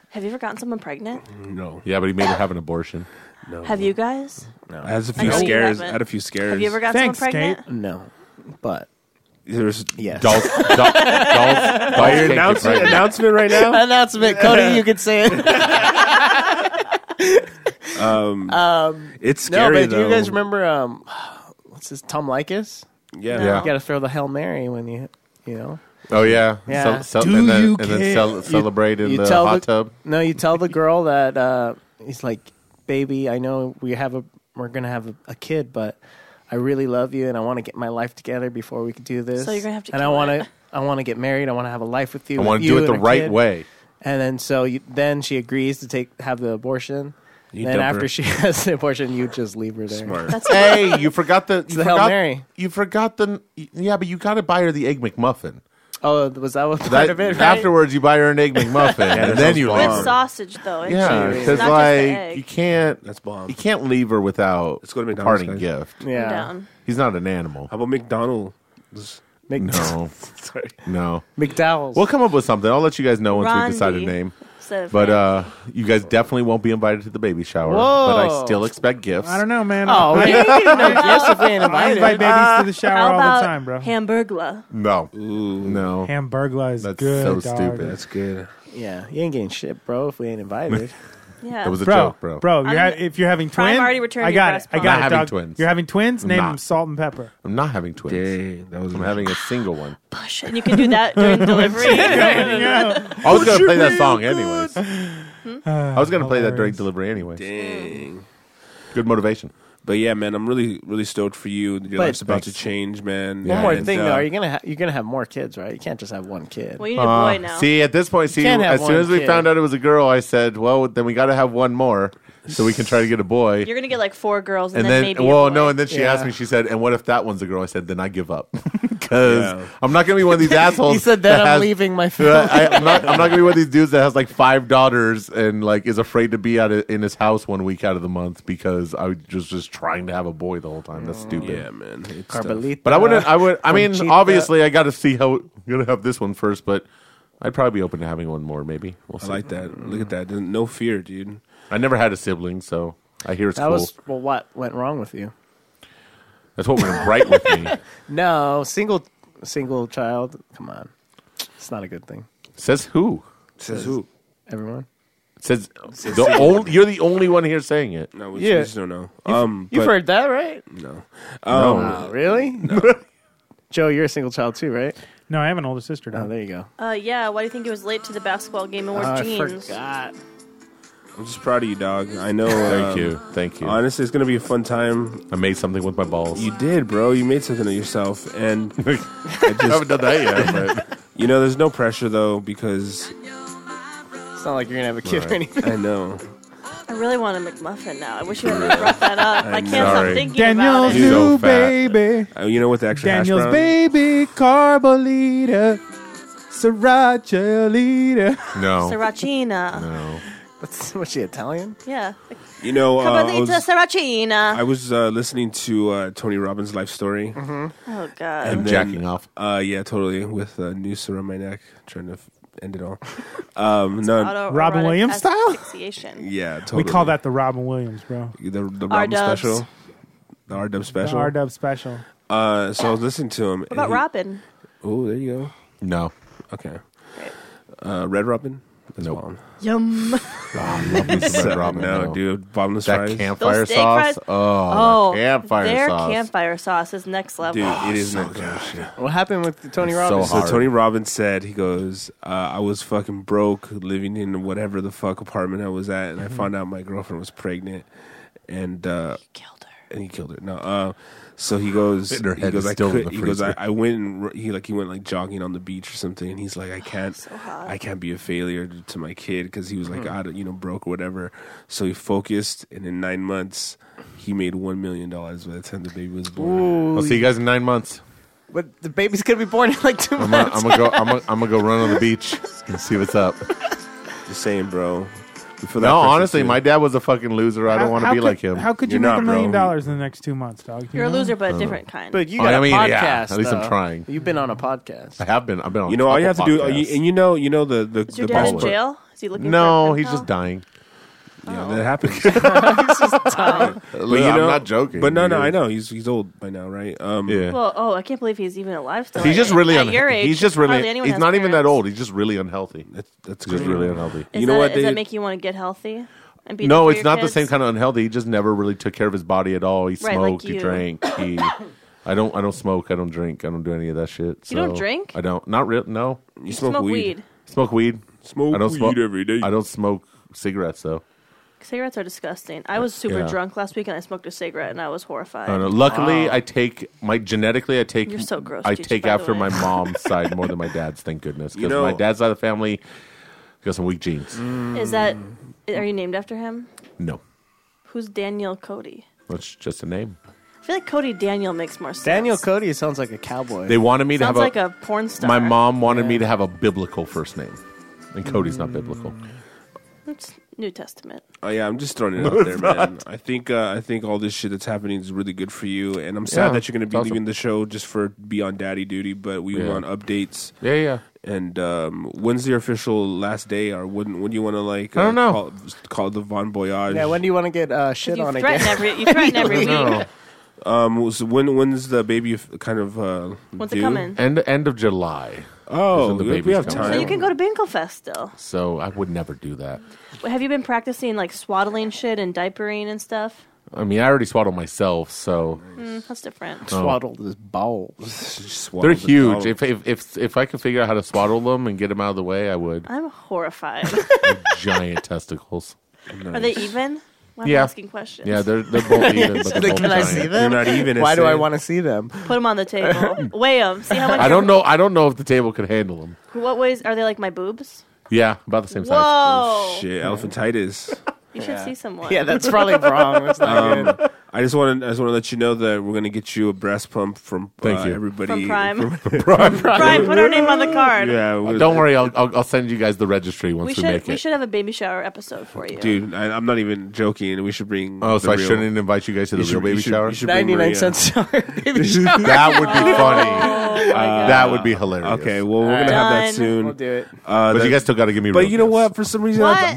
S4: Have you ever gotten someone pregnant?
S1: no,
S3: Yeah, but he made her have an abortion.
S1: no.
S4: Have you guys?
S1: I had a
S4: I
S1: few
S4: know you
S1: scares. I
S4: haven't.
S1: had a few scares.
S4: Have you ever gotten
S2: Thanks,
S4: someone pregnant?
S2: Kate.
S5: No, but
S1: There was-
S5: yes.
S3: Dolls, do- dolls, dolls can't get
S1: announcement,
S3: pregnant.
S1: announcement right now.
S5: Announcement, Cody. You can say it.
S1: It's
S5: no,
S1: scary
S5: but do
S1: though.
S5: you guys remember? Um, what's this? Tom Likas.
S1: Yeah.
S3: Yeah.
S5: You got to throw the hail mary when you, you know.
S3: Oh yeah,
S5: Yeah.
S3: Cel- cel-
S2: Do
S3: and then,
S2: you
S3: and then
S2: care?
S3: cel- celebrate in
S5: you
S3: the
S5: tell
S3: hot
S5: the-
S3: tub.
S5: No, you tell the girl that uh, he's like, baby. I know we have a we're gonna have a, a kid, but I really love you, and I want to get my life together before we can do this.
S4: So you're gonna have to
S5: and I
S4: kill
S5: want
S4: it.
S5: to. I want to get married. I want to have a life with you.
S3: I
S5: with
S3: want to
S5: you
S3: do it
S5: and
S3: the
S5: a
S3: right
S5: kid."
S3: way.
S5: And then so you, then she agrees to take have the abortion.
S1: You
S5: then
S1: dump
S5: after
S1: her.
S5: she has the abortion, you just leave her there.
S1: Smart.
S3: Hey, you forgot the you
S5: the Hail
S3: forgot,
S5: Mary.
S3: You forgot the yeah, but you got to buy her the egg McMuffin.
S5: Oh, was that what part
S3: That,
S5: of it? right?
S3: Afterwards, you buy her an egg McMuffin,
S1: that
S3: and then
S1: sounds
S3: you
S1: bomb.
S3: leave
S4: With
S1: Wrong.
S3: her.
S4: sausage, though. and
S3: Yeah,
S4: cheese.
S3: because
S4: Not just the
S3: like
S4: egg.
S3: you can't
S1: That's bomb.
S3: you can't leave her without
S1: Let's go to
S3: a
S1: McDonald's,
S3: parting
S1: guys.
S3: gift.
S4: I'm
S5: yeah.
S4: down.
S3: He's not an animal.
S1: How about McDonald's?
S5: Mc-
S3: No,
S1: Sorry.
S3: no.
S5: McDowell's.
S3: We'll come up with something. I'll let you guys know once we decide a
S4: Rondi.
S3: name.
S4: So-
S3: But uh, you guys definitely won't be invited to the baby shower.
S5: Whoa.
S3: But I still expect gifts.
S2: I don't know, man. I,
S5: Oh, we ain't getting no gifts if we ain't
S2: I
S5: invited.
S2: invite babies to the shower
S4: How
S2: all
S4: about
S2: the time, bro.
S4: hamburgla?
S3: No, no.
S2: Hamburglar is
S3: That's
S2: good.
S3: so
S2: dog.
S3: stupid.
S1: That's good.
S5: yeah, you ain't getting shit, bro, if we ain't invited.
S4: Yeah.
S3: It was a
S2: Bro,
S3: joke, bro.
S2: bro, you're ha- if you're having
S4: Prime
S2: twins,
S4: already returned
S2: I
S4: your
S2: got it.
S4: breast
S2: I got it,
S4: bump.
S3: Not having
S2: dog.
S3: twins.
S2: You're having twins. Name
S3: Not.
S2: them Salt and Pepper.
S3: I'm not having twins.
S1: Dang, that was
S3: I'm having a single one.
S4: push, and you can do that during delivery.
S3: I was gonna play that song
S2: Uh,
S4: Mm.
S3: anyways. I was gonna play that during delivery anyways.
S1: Dang.
S3: Good motivation.
S1: But yeah, man, I'm really really stoked for you. Your
S5: But-
S1: life's about
S3: Thanks.
S1: to change, man.
S5: One more
S1: And,
S5: thing
S1: uh,
S5: though, are you gonna ha- you're gonna have more kids, right? You can't just have one kid.
S4: Well, you need
S3: Uh,
S4: a boy now.
S3: See, at this point, see,
S5: can't have
S3: as soon
S5: one
S3: as we
S5: kid.
S3: found out it was a girl, I said, "Well, then we got to have one more, so we can try to get a boy."
S4: You're gonna get like four girls, and,
S3: and
S4: then,
S3: then,
S4: maybe.
S3: well,
S4: a boy.
S3: no, and then she
S5: Yeah.
S3: asked me. She said, "And what if that one's a girl?" I said, "Then I give up because
S1: Yeah.
S3: I'm not gonna be one of these assholes."
S5: he said that, I'm
S3: has-
S5: leaving my
S3: Uh,
S5: family.
S3: I, am not. I'm not gonna be one of these dudes that has like five daughters and like is afraid to be out of, in his house one week out of the month because I was just just trying to have a boy the whole time. That's stupid.
S1: Mm. Yeah, man. It's tough.
S5: Carmelita.
S3: But I wouldn't. I would. I mean,
S5: Conchita.
S3: obviously, I got to see how you're gonna have this one first. But I'd probably be open to having one more. Maybe we'll
S1: I
S3: see.
S1: like that. Look at that. No fear, dude.
S3: I never had a sibling, so I hear it's
S5: that
S3: cool.
S5: was well. What went wrong with you?
S3: That's what went right with me.
S5: No, single single child. Come on, it's not a good thing.
S3: Says who?
S1: Says who?
S5: Everyone,
S3: Says
S1: Oh,
S3: the only. You're the only one here saying it.
S1: No, we,
S5: Yeah.
S1: we just don't know. um,
S5: you've
S1: but-
S5: heard that, right?
S1: no.
S3: No.
S5: Wow, really? Joe, you're a single child too, right?
S2: No, I have an older sister
S5: Oh,
S2: now.
S5: there you go.
S4: Uh, yeah. Why do you think he was late to the basketball game and wore
S2: Uh,
S5: Oh, I
S4: jeans?
S5: forgot.
S1: I'm just proud of you, dog. I know.
S3: Thank
S1: um,
S3: you. Thank you.
S1: Honestly, it's gonna be a fun time.
S3: I made something with my balls.
S1: You did, bro. You made something of yourself, and
S3: I haven't done that yet. But
S1: you know, there's no pressure though because
S5: It's not like you're gonna have a kid or anything.
S1: I know.
S4: I really want a McMuffin now. I wish you hadn't brought that up. I can't
S3: sorry.
S4: stop thinking
S2: Danielle's
S4: about it.
S3: Dude. so
S2: new
S3: fat.
S2: baby.
S1: Uh, you know what the extra
S2: Daniel's
S1: hash brown?
S2: baby. Carbolita. Sriracha leader.
S3: no.
S4: Serracina.
S3: No.
S5: That's what she Italian.
S4: Yeah.
S1: You know, uh, I
S4: Cabalita
S1: was, I
S4: Serracina.
S1: was uh, listening to uh, Tony Robbins' life
S5: Mm-hmm.
S1: story.
S4: Oh God.
S1: And then-
S3: Jacking off.
S1: Uh, yeah, totally. With a noose around my neck, trying to f- end it all. Um, no,
S4: Autoerotic
S2: Robin Williams style?
S4: asphyxiation.
S1: yeah, totally.
S2: We call that the Robin Williams, bro.
S1: the the Robin
S4: R-dubs.
S1: special, the R Dub
S2: The
S1: special.
S2: R Dub special.
S1: Uh, so I was listening to him.
S4: What about Robin?
S1: Oh, there you go.
S3: No.
S1: Okay. Uh, Red Robin. That's
S3: Nope.
S1: bomb.
S4: Yum.
S1: So,
S3: Robin,
S1: no,
S3: no.
S1: dude, bottomless
S3: That
S1: fries.
S3: campfire
S4: Those steak
S3: sauce.
S4: fries?
S3: Oh,
S4: Oh,
S3: that campfire
S4: their
S3: sauce.
S4: campfire sauce is next level.
S1: Dude, it is
S2: Oh,
S1: not good. shit.
S5: What happened with Tony
S3: It's so
S5: Robbins?
S1: So
S3: hard.
S1: Tony Robbins said, he goes, uh, I was fucking broke living in whatever the fuck apartment I was at, and I
S2: Mm-hmm.
S1: found out my girlfriend was pregnant, and uh,
S4: Killed her.
S1: and he killed her. No, uh, so he goes.
S3: And her
S1: he
S3: head
S1: goes.
S3: is
S1: I
S3: still in
S1: could,
S3: the
S1: he goes. I,
S3: freezer.
S1: I went. And, ro- he like he went like jogging on the beach or something, and he's like, I can't.
S4: hot.
S1: I can't be a failure to, to my kid because he was
S3: Hmm.
S1: like out of you know broke or whatever. So he focused, and in nine months, he made one million dollars by the time the baby was born.
S3: I'll see you guys in nine months.
S5: But the baby's gonna be born in like 2
S3: I'm gonna,
S5: months.
S3: I'm gonna go. I'm gonna, I'm gonna go run on the beach and see what's up.
S1: Just saying, bro. For that
S3: No,
S1: person
S3: honestly,
S1: too.
S3: my dad was a fucking loser. I don't want to be
S2: could,
S3: like him.
S2: How could you
S1: You're
S2: make
S1: not,
S2: a million
S1: bro.
S2: dollars in the next two months, dog? You
S4: You're a
S2: know?
S4: loser,
S3: Oh.
S4: but a different kind.
S5: but you
S3: I
S5: got
S3: mean,
S5: a podcast.
S3: yeah, at least I'm
S5: though.
S3: trying.
S5: You've been on a podcast.
S3: I have been. I've been on.
S1: you know all you have to
S3: couple
S1: do,
S3: podcasts.
S1: and you know, you know the the,
S4: is
S1: the
S4: your dad
S1: best
S4: in
S1: part-
S4: jail? Is he looking?
S3: no,
S4: for a
S3: he's
S4: pen
S3: just
S4: pal?
S3: dying.
S1: Yeah, that happens.
S3: But
S1: But you know,
S3: I'm not joking.
S1: But no, no,
S3: He
S1: I
S3: is.
S1: know he's he's old by now, right? Um,
S3: Yeah.
S4: Well, oh, I can't believe he's even alive still.
S3: He's just really
S4: at your
S3: unhealthy.
S4: age.
S3: He's just really.
S4: hardly anyone
S3: He's
S4: has
S3: not even that
S4: parents.
S3: old. He's just really unhealthy.
S1: That's that's
S3: He's
S1: good.
S3: just really unhealthy.
S4: Is
S1: You know
S4: that,
S1: what
S4: Does
S1: they-
S4: that make you want to get healthy? And be
S3: No,
S4: there for
S3: it's
S4: your
S3: not the
S4: kids?
S3: same kind of unhealthy. He just never really took care of his body at all. He
S4: Right, like
S3: smoked. he
S4: you.
S3: drank. He. I don't. I don't smoke. I don't drink. I don't do any of that shit.
S4: You don't
S3: so-
S4: drink?
S3: I don't. Not real. No.
S1: You
S4: Smoke, weed.
S3: Smoke weed.
S1: Smoke
S3: I don't
S1: weed
S3: smoke
S1: every day.
S3: I don't smoke cigarettes though.
S4: Cigarettes are disgusting. I was super
S3: Yeah.
S4: drunk last week and I smoked a cigarette and I was horrified.
S3: I don't know. Luckily, I take my genetically. I take.
S4: You're so gross,
S3: I
S4: Gigi,
S3: take
S4: by the
S3: after
S4: way.
S3: my mom's side more than my dad's. Thank goodness. Because
S1: You know- Mm.
S3: my dad's side of the family got some weak genes.
S4: Is that?
S2: Mm.
S4: Are you named after him?
S3: No,
S4: Who's Daniel Cody?
S3: that's just a name.
S4: I feel like Cody Daniel makes more sense.
S5: Daniel Cody sounds like a cowboy.
S3: They wanted me to have
S4: sounds
S3: a.
S4: like a porn star.
S3: My mom wanted me to have a biblical first name, and Cody's
S4: Mm.
S3: not biblical.
S4: It's New Testament.
S1: Oh yeah, I'm just throwing it out there, man. I think uh, I think all this shit that's happening is really good for you, and I'm sad
S3: Yeah,
S1: that you're going to
S3: it's
S1: be
S3: awesome.
S1: leaving the show just for be on daddy duty. But we
S3: Yeah.
S1: want updates.
S3: Yeah, yeah.
S1: And um, when's your official last day, or when? When do you want to like?
S3: I don't
S1: uh,
S3: know.
S1: Call, call it the Von Voyage.
S5: yeah, when do you want to get uh, shit
S4: You
S5: on
S4: threaten
S5: again?
S4: every. You threaten every week.
S3: No.
S1: um, so when? When's the baby f- kind of? Uh,
S4: When's
S1: due?
S4: it coming?
S3: End end of July.
S1: Oh,
S3: Is when the
S1: we- we
S3: baby's
S1: have
S3: coming.
S1: time.
S4: So you can go to Binklefest still.
S3: So I would never do that.
S4: Have you been practicing like swaddling shit and diapering and stuff?
S3: I mean, I already swaddle myself, so
S4: Mm, that's different.
S3: Oh.
S5: Swaddled his balls.
S1: Just
S3: they're
S1: swaddle the
S3: huge.
S1: dog.
S3: If, if if if I could figure out how to swaddle them and get them out of the way, I would.
S4: I'm horrified.
S3: Giant testicles.
S4: Are they even? Why am I
S3: Yeah.
S4: asking questions?
S3: Yeah, they're they're both even. but they're
S5: Like,
S3: both
S5: can I
S3: giant.
S5: see
S1: You're
S5: them?
S1: not even.
S5: Why do I
S1: Sid.
S5: want to see them?
S4: Put them on the table. Weigh them. See how much.
S3: I don't know. I don't know if the table could handle them.
S4: What weighs are they? Like my boobs?
S3: Yeah, about the same
S4: Whoa!
S3: size.
S1: Shit,
S4: Oh.
S1: elephantitis.
S4: You should see someone.
S5: Yeah, that's probably wrong. That's not
S3: Um,
S5: good.
S1: I just want to. I just want to let you know that we're gonna get you a breast pump from uh,
S3: Thank you.
S1: everybody.
S4: From Prime.
S3: Right.
S4: Prime, put our name on the card.
S1: Yeah, we're-
S3: Don't worry. I'll, I'll I'll send you guys the registry once
S4: We
S3: we,
S4: should
S3: make
S4: we
S3: it.
S4: should have a baby shower episode for you.
S1: dude. I, I'm not even joking. We should bring.
S3: oh, so
S1: the
S3: I
S1: real-
S3: shouldn't invite you guys to the
S1: You should-
S3: real baby
S1: you should- you
S3: shower.
S1: should bring
S5: 99
S1: Maria.
S5: cents shower baby shower.
S3: that would be funny.
S4: Oh my God.
S3: That would be hilarious.
S1: Okay, well, we're gonna
S5: Alright.
S1: have
S4: Done.
S1: that soon.
S5: We'll do it.
S1: Uh,
S3: but
S1: that-
S3: you guys still got to give me.
S1: but
S3: real
S1: you know
S3: gifts.
S1: what? For some reason, I,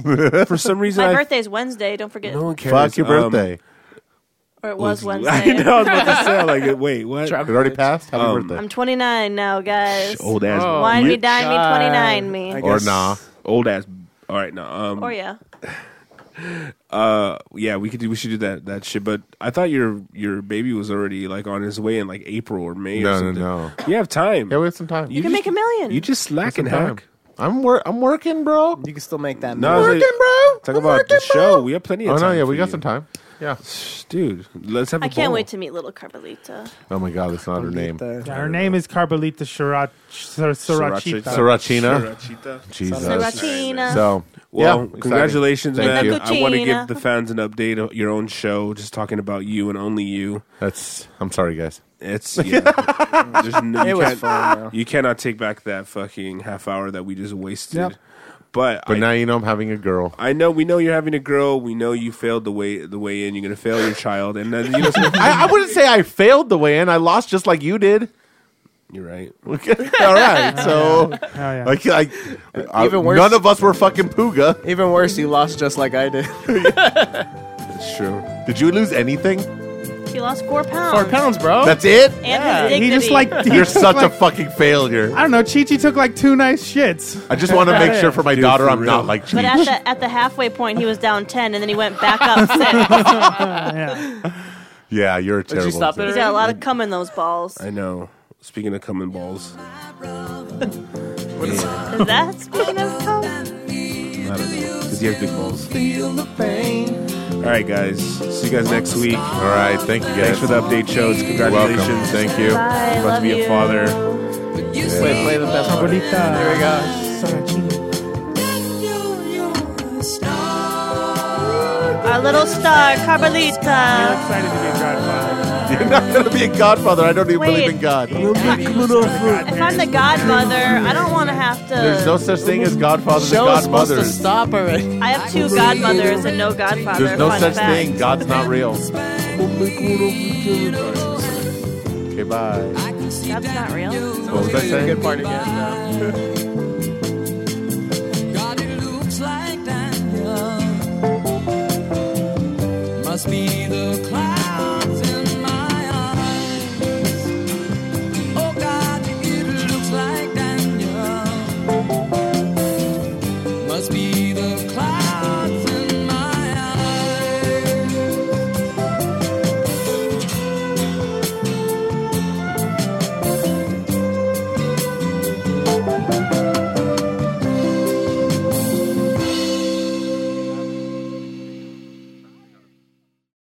S4: What?
S1: for some reason,
S4: my
S1: I,
S4: birthday's Wednesday. Don't forget.
S1: no one cares.
S3: Fuck your
S1: Um,
S3: birthday.
S4: Or it was Wednesday.
S1: I know. I was about to say, like, wait, what?
S5: Travis.
S3: it already passed. Happy
S1: um,
S3: birthday.
S4: I'm 29 now, guys.
S1: Old ass.
S5: Oh.
S4: Wine me,
S1: weird-
S4: dine me,
S5: God.
S4: 29 me.
S5: I
S3: or
S5: guess-
S3: nah.
S1: Old ass. All right, no. Um,
S4: Or yeah.
S1: Uh, yeah, we could do. We should do that that shit. But I thought your your baby was already like on his way in like April or May. or
S3: No, no,
S1: something.
S3: no.
S1: You have time.
S3: Yeah, we have some time.
S4: You can
S1: just-
S4: make a million.
S1: You just slacking,
S3: Time.
S1: hack.
S3: I'm wor- I'm working, bro.
S5: You can still make that.
S1: No, I was
S5: move.
S1: like,
S3: bro.
S1: talk about the show. We have plenty
S3: Oh
S1: of time.
S3: no, yeah,
S1: for
S3: we got
S1: you.
S3: some time. Yeah.
S1: dude. Let's have. I
S4: I can't wait to meet little Carmelita.
S3: Oh my god, that's not her name.
S5: The-
S2: Her name is Carbolita Sriracha. Sriracha.
S3: Sriracha. Jesus.
S4: Sriratina.
S3: So
S1: Well,
S3: yeah, exciting.
S1: congratulations,
S3: Thank
S1: man.
S3: you.
S1: I want to
S4: Cappuccino.
S1: give the fans an update of your own show, just talking about you and only you.
S3: That's. I'm sorry, guys.
S1: It's yeah. There's no,
S5: It
S1: you,
S5: was
S1: can't,
S5: fun. though.
S1: you cannot take back that fucking half hour that we just wasted.
S2: Yep.
S1: But,
S3: But
S1: I,
S3: now you know I'm having a girl.
S1: I know we know you're having a girl. We know you failed the way the way in. You're gonna fail your child, and then you know,
S3: I, I wouldn't say I failed the way in. I lost just like you did.
S1: you're right.
S3: All right, so
S2: Oh, yeah.
S3: like, like I-
S5: Even worse-
S3: none of us were fucking Puga.
S5: Even worse, you lost just like I did.
S1: That's true.
S3: Did you lose anything?
S4: He lost four pounds.
S5: Four pounds, bro.
S3: That's it.
S4: And
S5: Yeah.
S4: his dignity.
S2: he just like he
S3: You're
S2: took,
S3: such a
S2: like,
S3: fucking failure.
S2: I don't know. Chi Chi took like two nice shits.
S3: I just want to make sure for my
S1: Dude,
S3: daughter
S1: for
S3: I'm
S1: real.
S3: not like
S4: But
S3: cheap.
S4: at the at the halfway point, he was down ten, and then he went back up six.
S2: Yeah.
S3: Yeah, you're a terrible.
S5: stop
S3: example.
S4: He's got a lot of cum in those balls.
S1: I know. Speaking of coming balls,
S4: Is that speaking of cum?
S1: I don't know because you have big balls. All right, guys. See you guys next week.
S3: All right, thank you
S1: Thanks
S3: guys.
S1: for the update shows.
S3: Welcome.
S1: Congratulations.
S3: Thank you.
S4: Bye.
S1: About
S4: Love
S1: to be
S4: you.
S1: a father.
S5: Play, play the best one.
S2: Carbolita.
S5: Here we go.
S4: Our little star, Carmelita.
S2: Excited to be a godfather.
S3: You're not going to be a godfather. I don't even believe in
S4: Wait.
S3: God.
S4: If I'm the godmother, I don't want to have to.
S3: There's no such thing as godfathers and
S5: Show is supposed to
S3: godmothers.
S5: stop already.
S4: I have two godmothers and no godfather.
S3: There's no
S4: Fun
S3: such
S4: fact.
S3: thing. God's not real. Okay, bye.
S4: That's not real.
S3: What was I
S5: Good
S3: saying?
S5: part again. though.
S6: God, it looks like Daniel must be Oh,